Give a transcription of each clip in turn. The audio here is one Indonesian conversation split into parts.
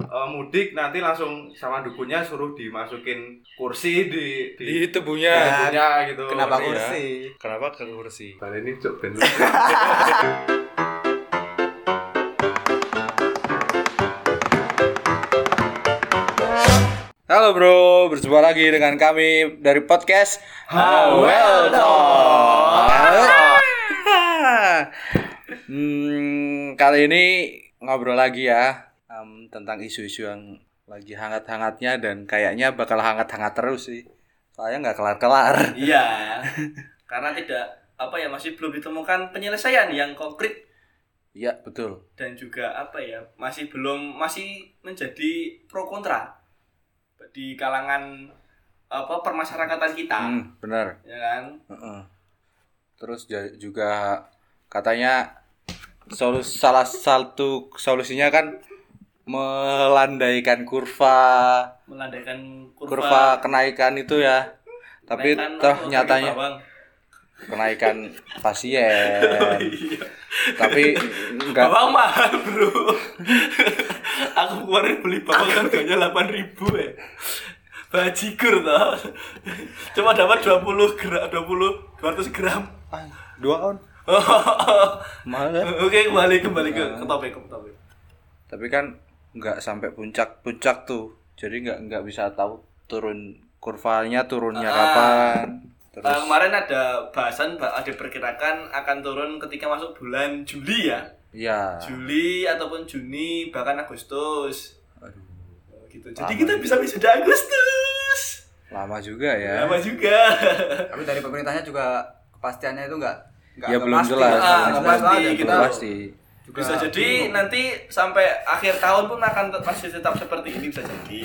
eh, mudik nanti langsung sama dukunnya suruh dimasukin kursi di di di tubuhnya. Ya, dukunnya gitu. kenapa Iya. kursi? Kenapa ke kursi? Balik ini cuk ben. Halo bro, berjumpa lagi dengan kami dari podcast Hawel Talk. Hmm, kali ini ngobrol lagi ya em, tentang isu-isu yang lagi hangat-hangatnya dan kayaknya bakal hangat-hangat terus sih. Soalnya nggak kelar-kelar. Iya. Karena tidak apa ya masih belum ditemukan penyelesaian yang konkret Iya betul. dan juga apa ya masih belum masih menjadi pro kontra di kalangan apa permasyarakatan kita Hmm, benar. ya kan Heeh. Terus ja- juga katanya solus salah satu solusinya kan melandaikan kurva melandaikan kurva, kurva kenaikan itu ya. Tapi kenaikan toh atau nyatanya bawang. kenaikan Oh, pasien. iya. Tapi enggak Bawang mahal bro Aku kemarin beli bawang harganya 8 ribu ya Bajigur tau Cuma dapat 20 gram 20 200 gram dua on mahal ya. Oke kembali kembali ke, Nah. ke topik ke topik Tapi kan enggak sampai puncak-puncak tuh. Jadi enggak enggak bisa tahu turun kurvanya turunnya Ah. kapan. Terus Nah, kemarin ada bahasan bah- ada perkirakan akan turun ketika masuk bulan Juli ya ya. Juli ataupun Juni bahkan Agustus Aduh, gitu. Jadi Lama kita juga. bisa wisuda Agustus lama juga ya. Lama juga Tapi dari pemerintahnya juga kepastiannya itu nggak nggak ya nggak belum pasti. Ah, jelas. Nggak nggak jelas pasti, dan kita- Belum pasti. juga bisa jadi bingung. nanti sampai akhir tahun pun akan te- masih tetap seperti ini bisa jadi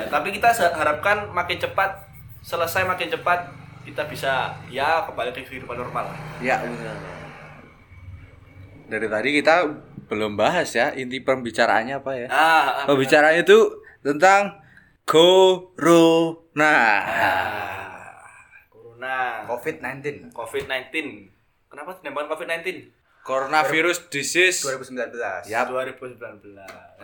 ya tapi kita se- harapkan makin cepat selesai makin cepat kita bisa ya kembali ke kehidupan normal lah. Iya. Ya benar. Dari tadi kita belum bahas ya inti pembicaraannya apa ya? ah ah, Pembicaraannya itu tentang corona. ah. corona COVID-19 covid 19 kenapa dinamakan covid 19 Coronavirus disease. 2019. Yap. 2019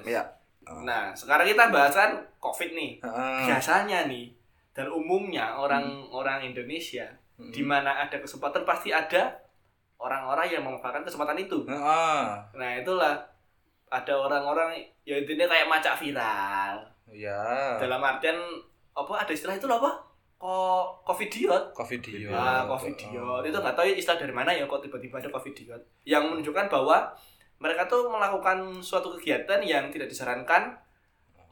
Ya. nah sekarang kita bahasan covid nih Heeh. biasanya nih dan umumnya orang-orang Indonesia di mana ada kesempatan pasti ada orang-orang yang memanfaatkan kesempatan itu. Hmm. Heeh. Nah, itulah ada orang-orang ya intinya kayak macak viral. Ya. Dalam artian apa ada istilah itu loh apa? Kok covidiot? Covid Ah, oh. covidiot. Itu nggak tahu istilah dari mana ya kok tiba-tiba ada covidiot yang menunjukkan bahwa mereka tuh melakukan suatu kegiatan yang tidak disarankan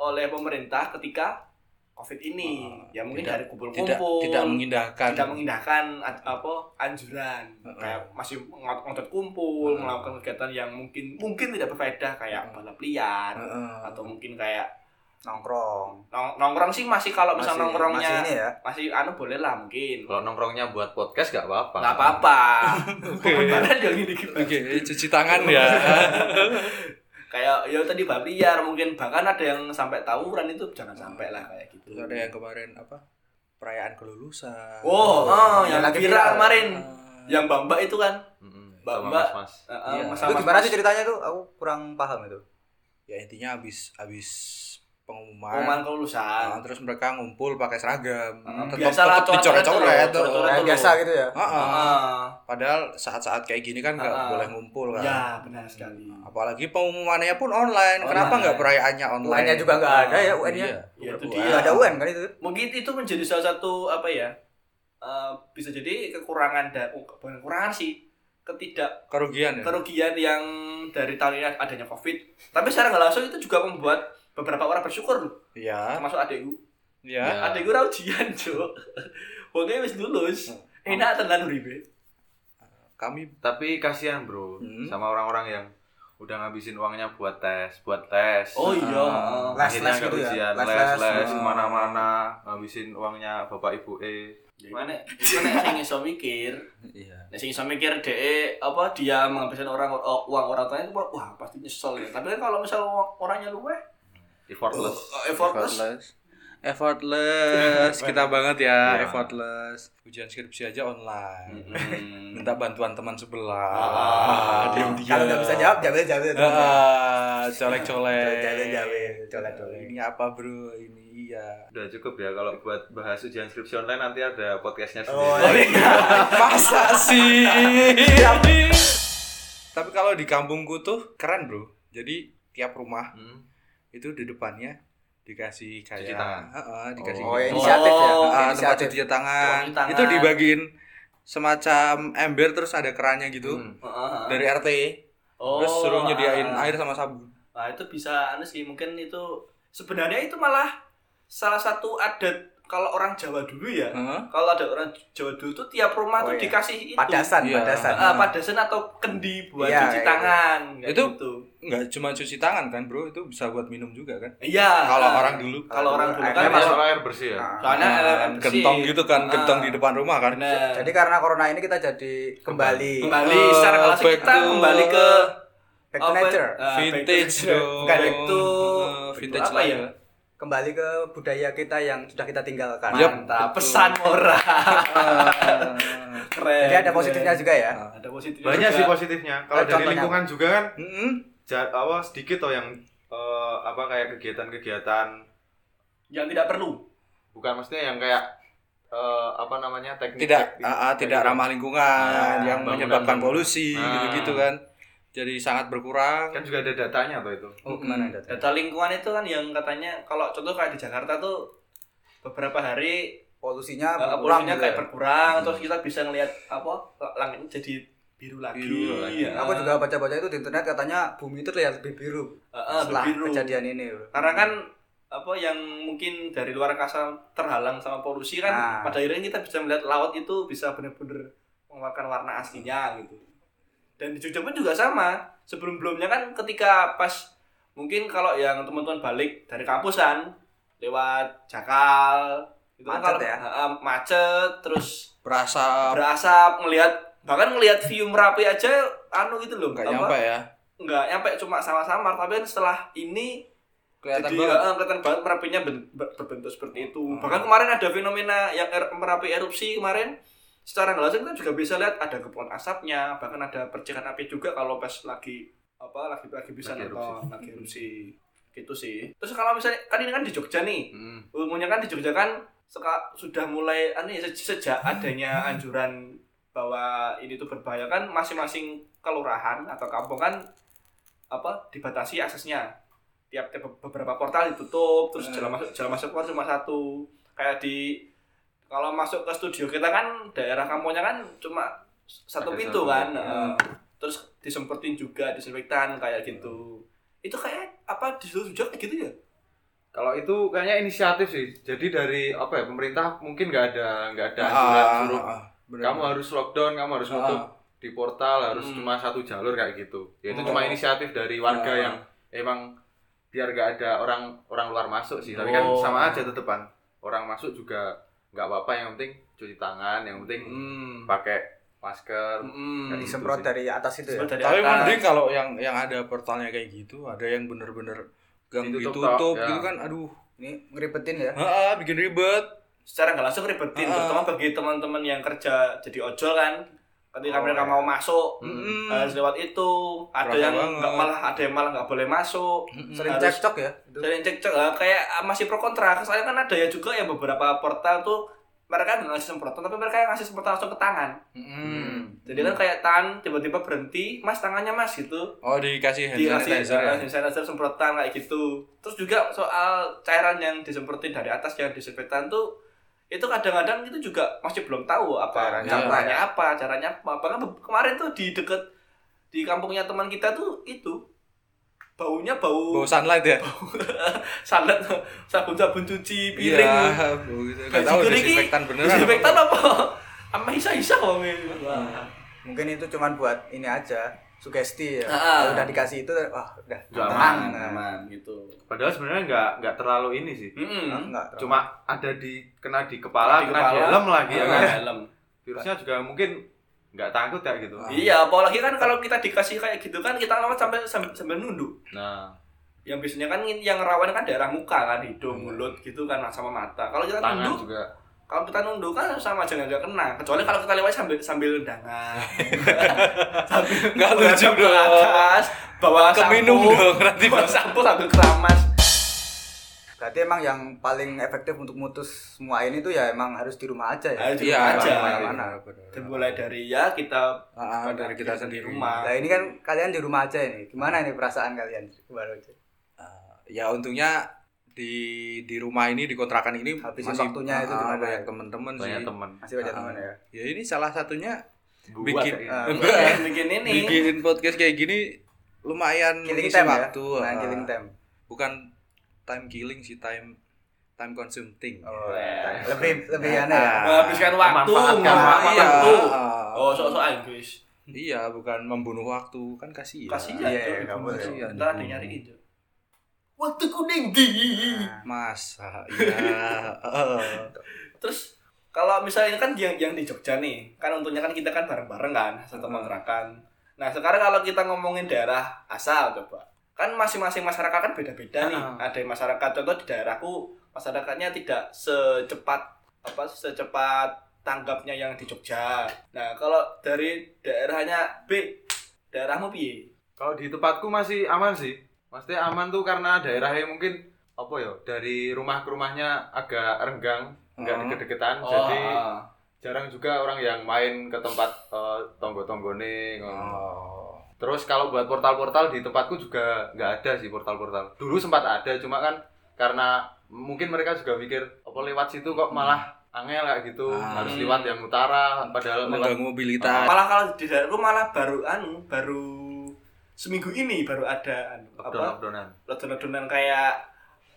oleh pemerintah ketika covid ini. ya Ah, mungkin tidak- dari kumpul-kumpul Tidak tidak mengindahkan. tidak mengindahkan ad- apa anjuran Heeh. kayak masih ngot- ngotot kumpul Heeh. melakukan kegiatan yang mungkin mungkin tidak berfaedah kayak Heeh. balap liar Heeh. atau mungkin kayak Nongkrong. nong- nongkrong sih masih kalau misal Masih- nongkrongnya masih masih, ini ya. anu boleh lah mungkin Kalau nongkrongnya buat podcast gak apa-apa. nggak apa-apa Pembenaran yang ini gitu. Oke, cuci tangan ya. kayak ya tadi balap liar mungkin bahkan ada yang sampai tawuran itu jangan sampai lah kayak gitu Terus ada yang kemarin apa? Perayaan kelulusan. oh, oh, yang, Yang lagi viral, viral. kemarin Ah. yang bamba itu kan Mm-mm. Mbak- Sama Mbak. Mas-mas. Heeh, Iya. masa- Itu gimana sih ceritanya tuh? Aku kurang paham itu. ya intinya habis habis pengumuman pengumuman, kelulusan ah, terus mereka ngumpul pakai seragam Ah, tetap biasalah, tetap coret-coret, dicoret-coret tuh. kan. coret-coret. Kayak dulu. biasa gitu ya. Ah, ah. Heeh. padahal saat-saat kayak gini kan nggak Ah, ah. boleh ngumpul kan Ya, benar sekali. apalagi pengumumannya pun online, kenapa Online. nggak perayaannya online UN-nya juga nggak ada ya UN-nya. Iya. Ya, itu Bukan dia. Iya. Nggak ada UN kan itu. Mungkin itu menjadi salah satu apa ya? eh, bisa jadi kekurangan dan bukan kekurangan sih, ketidak kerugian ya kerugian yang dari tahun ini adanya Covid. Tapi secara nggak langsung itu juga membuat beberapa orang bersyukur loh, iya termasuk adekku. iya Ya. Adekku ra ujian, Cuk. Wonge wis lulus. Enak tenan uripe. kami Tapi kasihan, Bro, Hmm. sama orang-orang yang udah ngabisin uangnya buat tes, buat tes. Oh iya. Ah. Les, Akhirnya les nggak gitu ya? ujian, Les, les, les. les, Ah. kemana-mana, ngabisin uangnya bapak ibu E. Gimana? Gimana sing iso mikir? iya Nah, sing iso mikir deh apa dia menghabiskan orang oh, uang orang tuanya itu wah pasti nyesel ya. Tapi kan kalau misal uang- orangnya luwe Effortless. effortless. effortless. effortless kita banget ya Ya. effortless ujian skripsi aja online Hmm. minta bantuan teman sebelah Ah, diam-diam. Kalau nggak bisa jawab, jawab jawab jawab. Ah, colek-colek Colek-colek, colek-colek. ini apa bro ini iya Udah cukup ya kalau buat bahas ujian skripsi online nanti ada podcastnya Oh, sendiri. iya. masa sih tapi kalau di kampungku tuh keren bro jadi tiap rumah Hmm. itu di depannya dikasih kayak Cuci tangan. Heeh, dikasih Oh, gitu. inisiatif Oh, ya. Ah, tempat inisiatif. cuci tangan. Cuci tangan. itu dibagiin semacam ember terus ada kerannya gitu Hmm. dari RT terus ah. suruh nyediain air sama sabun Oh, Nah, itu bisa anu sih, mungkin itu sebenarnya itu malah salah satu adat kalau orang Jawa dulu ya. Heeh. Kalau ada orang Jawa dulu tuh tiap rumah Oh, tuh iya. dikasih itu. Padasan, Iya. padasan. Ah, padasan atau kendi buat Hmm. Iya, cuci iya. tangan kayak Itu- gitu. nggak cuma cuci tangan kan bro itu bisa buat minum juga kan Iya. kalau Ah. orang dulu kalau orang dulu Air kan Kan masuk. masalah air bersih ya. Ah. soalnya Ah, LLM bersih. gentong gitu kan Ah. gentong di depan rumah kan Bener. Jadi karena corona ini kita jadi kembali kembali Eh, secara kalau back kita to- kembali ke back to apa- nature, ah, back to vintage nature. dong Bukan, back to- Eh, vintage apa lah ya? ya kembali ke budaya kita yang sudah kita tinggalkan. Yap. Mantap, Nah, pesan orang. Ah. Keren. Jadi ada positifnya juga ya. Ah. Ada positifnya. Banyak sih juga. positifnya. Kalau dari Contohnya. lingkungan juga kan Mm-mm. ja- apa sedikit toh yang eh, apa kayak kegiatan-kegiatan yang tidak perlu. bukan maksudnya yang kayak eh, apa namanya gitu. teknik tidak teknik- ah, ah, tidak teknik- ramah lingkungan Ah, yang bangunan- menyebabkan polusi Ah. gitu-gitu kan jadi sangat berkurang kan juga ada datanya atau itu Oh, kemana Mm-mm. datanya? Data lingkungan itu kan yang katanya kalau contoh kayak di Jakarta tuh beberapa hari Polusinya eh, berkurang. polusinya gitu kayak ya. berkurang terus kita bisa ngelihat apa langitnya jadi biru lagi. Biru lagi. Ya. Aku juga baca-baca itu di internet katanya bumi itu terlihat lebih biru Eh, eh, setelah biru. kejadian ini. bro. Karena kan apa yang mungkin dari luar angkasa terhalang sama polusi kan Nah. pada akhirnya kita bisa melihat laut itu bisa benar-benar mengeluarkan warna aslinya gitu. Dan di Jogja pun juga sama. Sebelum-belumnya kan ketika pas mungkin kalau yang teman-teman balik dari kampusan lewat Jakal itu kan Macet kalau- ya? Ha, ha, macet terus berasa berasap ngelihat bahkan ngelihat view Merapi aja anu gitu loh nggak apa, nyampe ya nggak nyampe cuma sama-sama tapi kan setelah ini kelihatan jadi banget Hmm. eh, kelihatan banget merapinya ben- ber- berbentuk seperti itu. Bahkan kemarin ada fenomena yang er- merapi erupsi kemarin. Secara nggak langsung kita juga bisa lihat ada kepulan asapnya, bahkan ada percikan api juga kalau pas lagi apa lagi lagi bisa Lagi nonton lagi erupsi gitu sih. Terus kalau misalnya kan ini kan di Jogja nih, umumnya kan di Jogja kan seka- sudah mulai anu ya, se- sejak adanya Hmm. anjuran bahwa ini tuh berbahaya kan masing-masing kelurahan atau kampung kan apa dibatasi aksesnya tiap, tiap beberapa portal ditutup Hmm. terus jalan masuk jalan masuk keluar cuma satu kayak di kalau masuk ke studio kita kan daerah kampungnya kan cuma s- satu Ada pintu satu, kan ya. eh, terus disemprotin juga disinfektan kayak gitu itu kayak apa di situ juga kayak gitu ya kalau itu kayaknya inisiatif sih jadi dari apa ya pemerintah mungkin nggak ada nggak ada Ah, anjuran ah, suruh ah, bener. kamu harus lockdown kamu harus Ah. nutup di portal harus Hmm. cuma satu jalur kayak gitu ya itu Oh. cuma inisiatif dari warga Ah. yang emang biar nggak ada orang orang luar masuk sih tapi kan Oh. sama aja tetepan orang masuk juga nggak apa-apa yang penting cuci tangan yang penting hmm. pakai masker Hmm. Disemprot Gitu dari atas itu ya. Dari tapi atas. mending kalau yang yang ada portalnya kayak gitu ada yang bener-bener gang Ditutup, ditutup, Tok, ya. gitu kan aduh Ini ngeribetin ya. ah, ah, bikin ribet secara nggak langsung ribetin Ah. terutama bagi teman-teman yang kerja jadi ojol kan ketika mereka mau masuk Mm-mm. harus lewat itu ada Kerasa yang banget. nggak malah ada yang malah nggak boleh masuk Mm-mm. Sering Hmm, Harus- cekcok ya. Itu. sering cekcok eh, kayak eh, masih pro kontra saya kan ada ya juga yang beberapa portal tuh mereka nggak ngasih semprotan tapi mereka yang ngasih semprotan langsung ke tangan Hmm. Mm-mm. jadi kan kayak tangan tiba-tiba berhenti mas tangannya mas gitu oh dikasih hand dikasih sanitizer ya? hand sanitizer semprotan kayak gitu terus juga soal cairan yang disemprotin dari atas yang disinfektan tuh itu kadang-kadang itu juga masih belum tahu apa Caranya apa ya? caranya apa caranya apa bahkan be- kemarin tuh di deket di kampungnya teman kita tuh itu baunya bau bau sunlight ya sandat sabun sabun cuci piring iya bau gitu nggak tahu Jadi, disinfektan beneran apa disinfektan apa sama isa-isa kok Hmm. Mungkin itu cuman buat ini aja sugesti ya. Ah. Kalau udah dikasih itu wah udah Hmm. Udah Ah, tenang. gitu padahal sebenarnya nggak nggak terlalu ini sih Nah, Mm-mm. enggak. cuma ada di kena di kepala Di kena di kepala. helm lagi Iya, ya kan Helm. virusnya juga mungkin nggak takut ya gitu Ah. Iya, apalagi kan kalau kita dikasih kayak gitu kan kita lewat sampai sambil, sambil nunduk. nah yang biasanya kan yang rawan kan daerah muka kan hidung Hmm. mulut gitu kan sama mata kalau kita tangan tunduk juga kalau kita nunduk kan sama aja nggak kena kecuali kalau kita lewat sambil sambil undangan sambil Nggak lucu menghadap ke dong. atas, bawa Keminum sampo, dong, nanti bawa sampo sambil keramas Berarti emang yang paling efektif untuk mutus semua ini tuh ya emang harus di Nah, rumah aja ya. Harus di Iya, rumah aja. Jangan kemana-mana. dan mulai dari ya kita Ah, ah, dari kita kegiatan di sendiri. rumah Nah ini kan kalian di rumah aja ini. Gimana ini perasaan kalian? Baru aja. Eh, ya untungnya di di rumah ini di kontrakan ini Habisin waktunya itu ah, gimana? banyak teman-teman sih. banyak teman Masih banyak Ah, teman iya. ya. Ya ini salah satunya Buat Bikin- ini. Ah. Enggak. Nah, bikin ini bikin podcast kayak gini lumayan Killing mengisi time ya. waktu. Nah, ah. killing time. Bukan time killing sih time time consuming. Oh, Wah. lebih lebih Ah. aneh ya. Iya. menghabiskan waktu Memanfaatkan memanfaatkan iya. waktu ah. oh sok-sok Inggris Iya, bukan membunuh waktu kan kasihan. kasihan Iya, Cuk, iya, nggak boleh. kasihan ntar ada yang nyariin Cuk. waktu kuning di Masa iya. eh. terus kalau misalnya kan yang yang di Jogja nih kan untungnya kan kita kan bareng-bareng kan satu kontrakan nah sekarang kalau kita ngomongin daerah asal coba kan masing-masing masyarakat kan beda-beda nih Ah. ada yang masyarakat contoh di daerahku masyarakatnya tidak secepat apa secepat tanggapnya yang di Jogja nah kalau dari daerahnya B daerahmu piye kalau di tempatku masih aman sih maksudnya aman tuh karena daerahnya mungkin apa ya dari rumah ke rumahnya agak renggang nggak Hmm. deket-deketan Oh, jadi ah. jarang juga orang yang main ke tempat eh, tonggo-tonggone ngono. Oh. terus kalau buat portal-portal di tempatku juga nggak ada sih portal-portal dulu sempat ada cuma kan karena mungkin mereka juga mikir apa lewat situ kok malah angel kayak gitu Hmm. Ah. harus lewat yang utara padahal lewat Mengganggu mobilitas. malah kalau di daerahku malah baru anu baru seminggu ini baru ada anu apa abdonan ledonan-ledonan kayak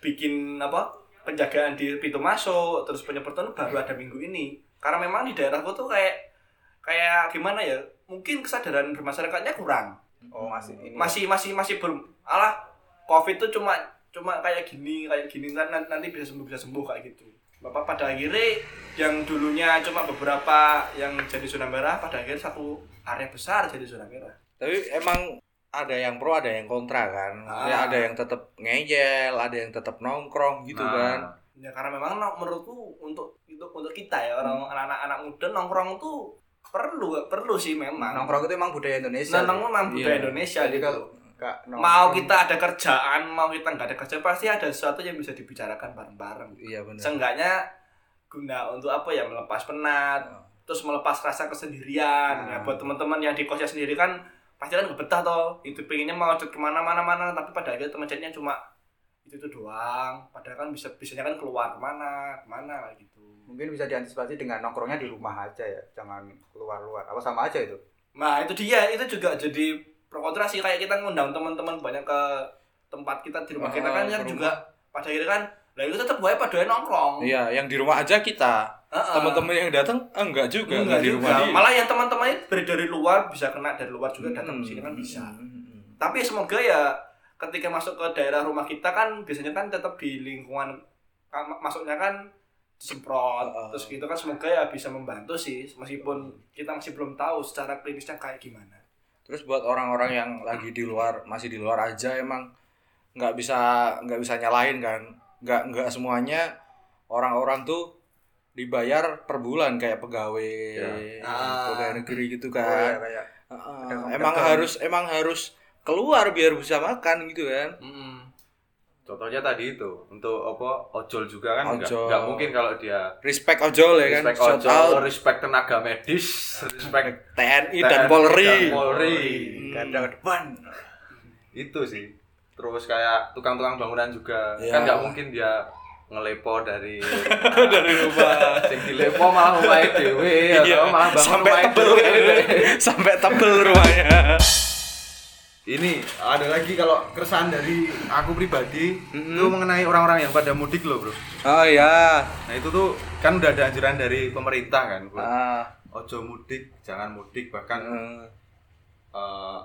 bikin apa penjagaan di pintu masuk terus penyemprotan baru ada minggu ini karena memang di daerahku tuh kayak kayak gimana ya mungkin kesadaran bermasyarakatnya kurang Oh masih ini. masih masih masih belum alah covid tuh cuma cuma kayak gini kayak gini kan nan- nanti bisa sembuh bisa sembuh kayak gitu bapak pada akhirnya yang dulunya cuma beberapa yang jadi zona merah pada akhirnya satu area besar jadi zona merah Tapi emang ada yang pro, ada yang kontra kan. Maksudnya Ah. ada yang tetap ngeyel, ada yang tetap nongkrong gitu Nah, kan. ya karena memang no- menurutku untuk untuk untuk kita ya orang Hmm. anak-anak anak muda nongkrong tuh perlu perlu sih memang Nongkrong itu emang budaya Indonesia. memang memang budaya Iya. Indonesia Jadi gitu kalau Kak, nongkrong- mau kita ada kerjaan mau kita nggak ada kerjaan pasti ada sesuatu yang bisa dibicarakan bareng-bareng Iya benar. seenggaknya guna untuk apa ya melepas penat Oh. terus melepas rasa kesendirian ya Nah. buat teman-teman yang di kosnya sendiri kan pasti kan nggak betah toh itu pengennya mau cut kemana-mana mana tapi pada akhirnya teman chatnya cuma itu itu doang padahal kan bisa bisanya kan keluar kemana kemana kayak gitu mungkin bisa diantisipasi dengan nongkrongnya di rumah aja ya. Jangan keluar-luar. Apa sama aja itu? nah itu dia itu juga jadi pro kontra sih kayak kita ngundang teman-teman banyak ke tempat kita di rumah Ah, kita kan ke kan rumah. juga pada akhirnya kan lah itu tetap gue pada nongkrong Iya, yang di rumah aja kita. Heeh. Teman-teman yang datang eh, enggak juga Ah. Enggak di rumah juga. dia. Malah yang teman-temannya dari dari luar bisa kena dari luar juga datang Hmm. ke sini kan bisa. Hmm. Tapi semoga ya ketika masuk ke daerah rumah kita kan biasanya kan tetap di lingkungan kan ma- masuknya kan disemprot Heeh. terus gitu kan semoga ya bisa membantu sih meskipun kita masih belum tahu secara klinisnya kayak gimana. Terus buat orang-orang yang lagi di luar, masih di luar aja emang nggak bisa nggak bisa nyalain kan. Nggak nggak semuanya orang-orang tuh dibayar per bulan kayak pegawai Iya. Ah. pegawai negeri gitu Oh, ya, kan. kayak Heeh. Pedagang- emang pedagang. harus emang harus keluar biar bisa makan gitu kan. contohnya tadi itu untuk apa ojol juga kan nggak Ojol. nggak mungkin kalau dia Respect ojol ya kan. respect Shout ojol out respect tenaga medis respect TNI TNI dan Polri. dan Polri. Hmm. ganda ke depan. itu sih terus kayak tukang-tukang bangunan juga Iya. kan nggak mungkin dia ngelepo dari Dari rumah. sing dilepo malah omahe dhewe Iya. atau malah bangun sampai omahe tebel kan dhewe. sampai tebel rumahnya. ini ada lagi kalau keresahan dari aku pribadi itu mengenai orang-orang yang pada mudik loh bro Oh ya. nah itu tuh kan udah ada anjuran dari pemerintah kan buat Ah. ojo mudik jangan mudik bahkan Eh, eh,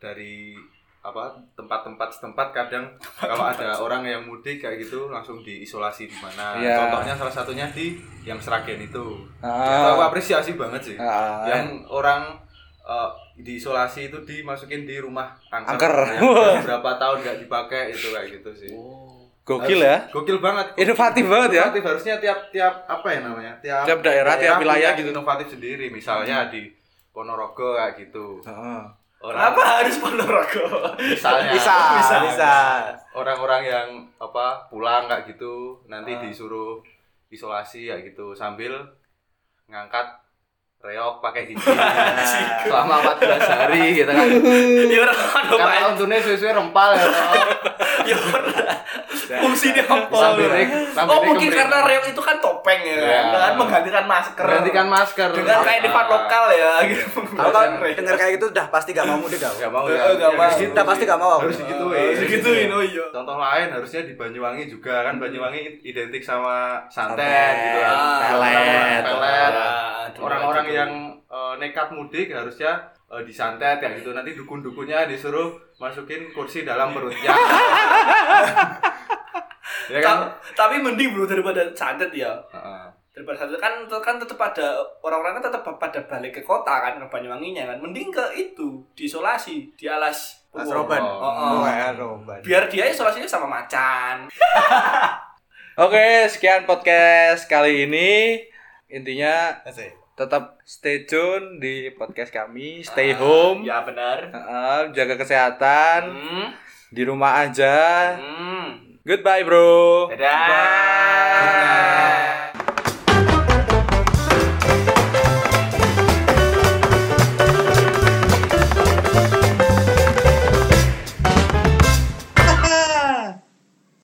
dari apa tempat-tempat setempat kadang kalau ada orang yang mudik kayak gitu langsung diisolasi di mana Iya. contohnya salah satunya di yang Seragen itu Ah. Ya. aku apresiasi banget sih Ah. yang orang eh, diisolasi itu dimasukin di rumah angker. Angker. Yang berapa tahun nggak dipakai itu kayak gitu sih. Gokil ya. Harus- Gokil banget. Inovatif banget ya. Inovatif harusnya tiap-tiap apa ya namanya? Tiap, Tiap daerah, tiap wilayah punya gitu. Hmm. Inovatif sendiri, misalnya di Ponorogo kayak gitu. Heeh. Orang Kenapa harus Ponorogo? misalnya bisa, bisa, bisa. orang-orang yang apa pulang kayak gitu Ah. nanti disuruh isolasi kayak gitu sambil ngangkat reok pakai gigi selama 14 hari gitu kan. Ya ora ono Karena untungnya sesuai rempal ya. Ya ora. Fungsinya apa? Sambil rek- sambil Oh, mungkin rekem- karena reok itu kan topeng ya Ya. kan. Iya. Dengan menggantikan masker. Gantikan masker. dengan kayak depan lokal ya gitu. Kalau Harus yang- denger kayak gitu udah pasti gak mau mudik kau. Gak mau Eh, ya. gak mau. Gitu, Udah pasti gak mau aku. Harus digituin. Harus digituin, oh iya. Contoh lain harusnya di Banyuwangi juga kan Banyuwangi identik sama santet, Santet, gitu kan. Ah, pelet. Ah. Orang-orang pelet. Ya, Orang-orang gitu. yang eh, nekat mudik harusnya eh, disantet ya gitu. Nanti dukun-dukunnya disuruh masukin kursi dalam perutnya. ya kan? Ta- tapi mending bro daripada santet ya. Heeh. Daripada santet kan kan tetap ada orang-orang kan tetap pada balik ke kota kan ke Banyuwanginya kan. Mending ke itu diisolasi di alas Mas Purwo. Roban. Heeh. Oh, ya, Roban. Biar dia isolasinya sama macan. Oke, sekian podcast kali ini. Intinya Asik. tetap stay tune di podcast kami, stay home, Ya benar. Heeh, jaga kesehatan, Hmm. di rumah aja. Hmm. Goodbye, bro. Dadah.